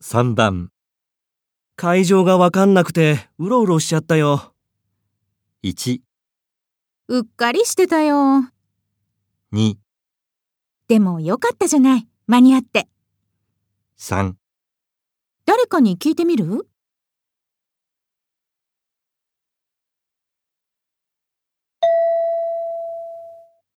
3番、会場がわかんなくて、うろうろしちゃったよ。 1、うっかりしてたよ。 2、でもよかったじゃない。間に合って。 3。誰かに聞いてみる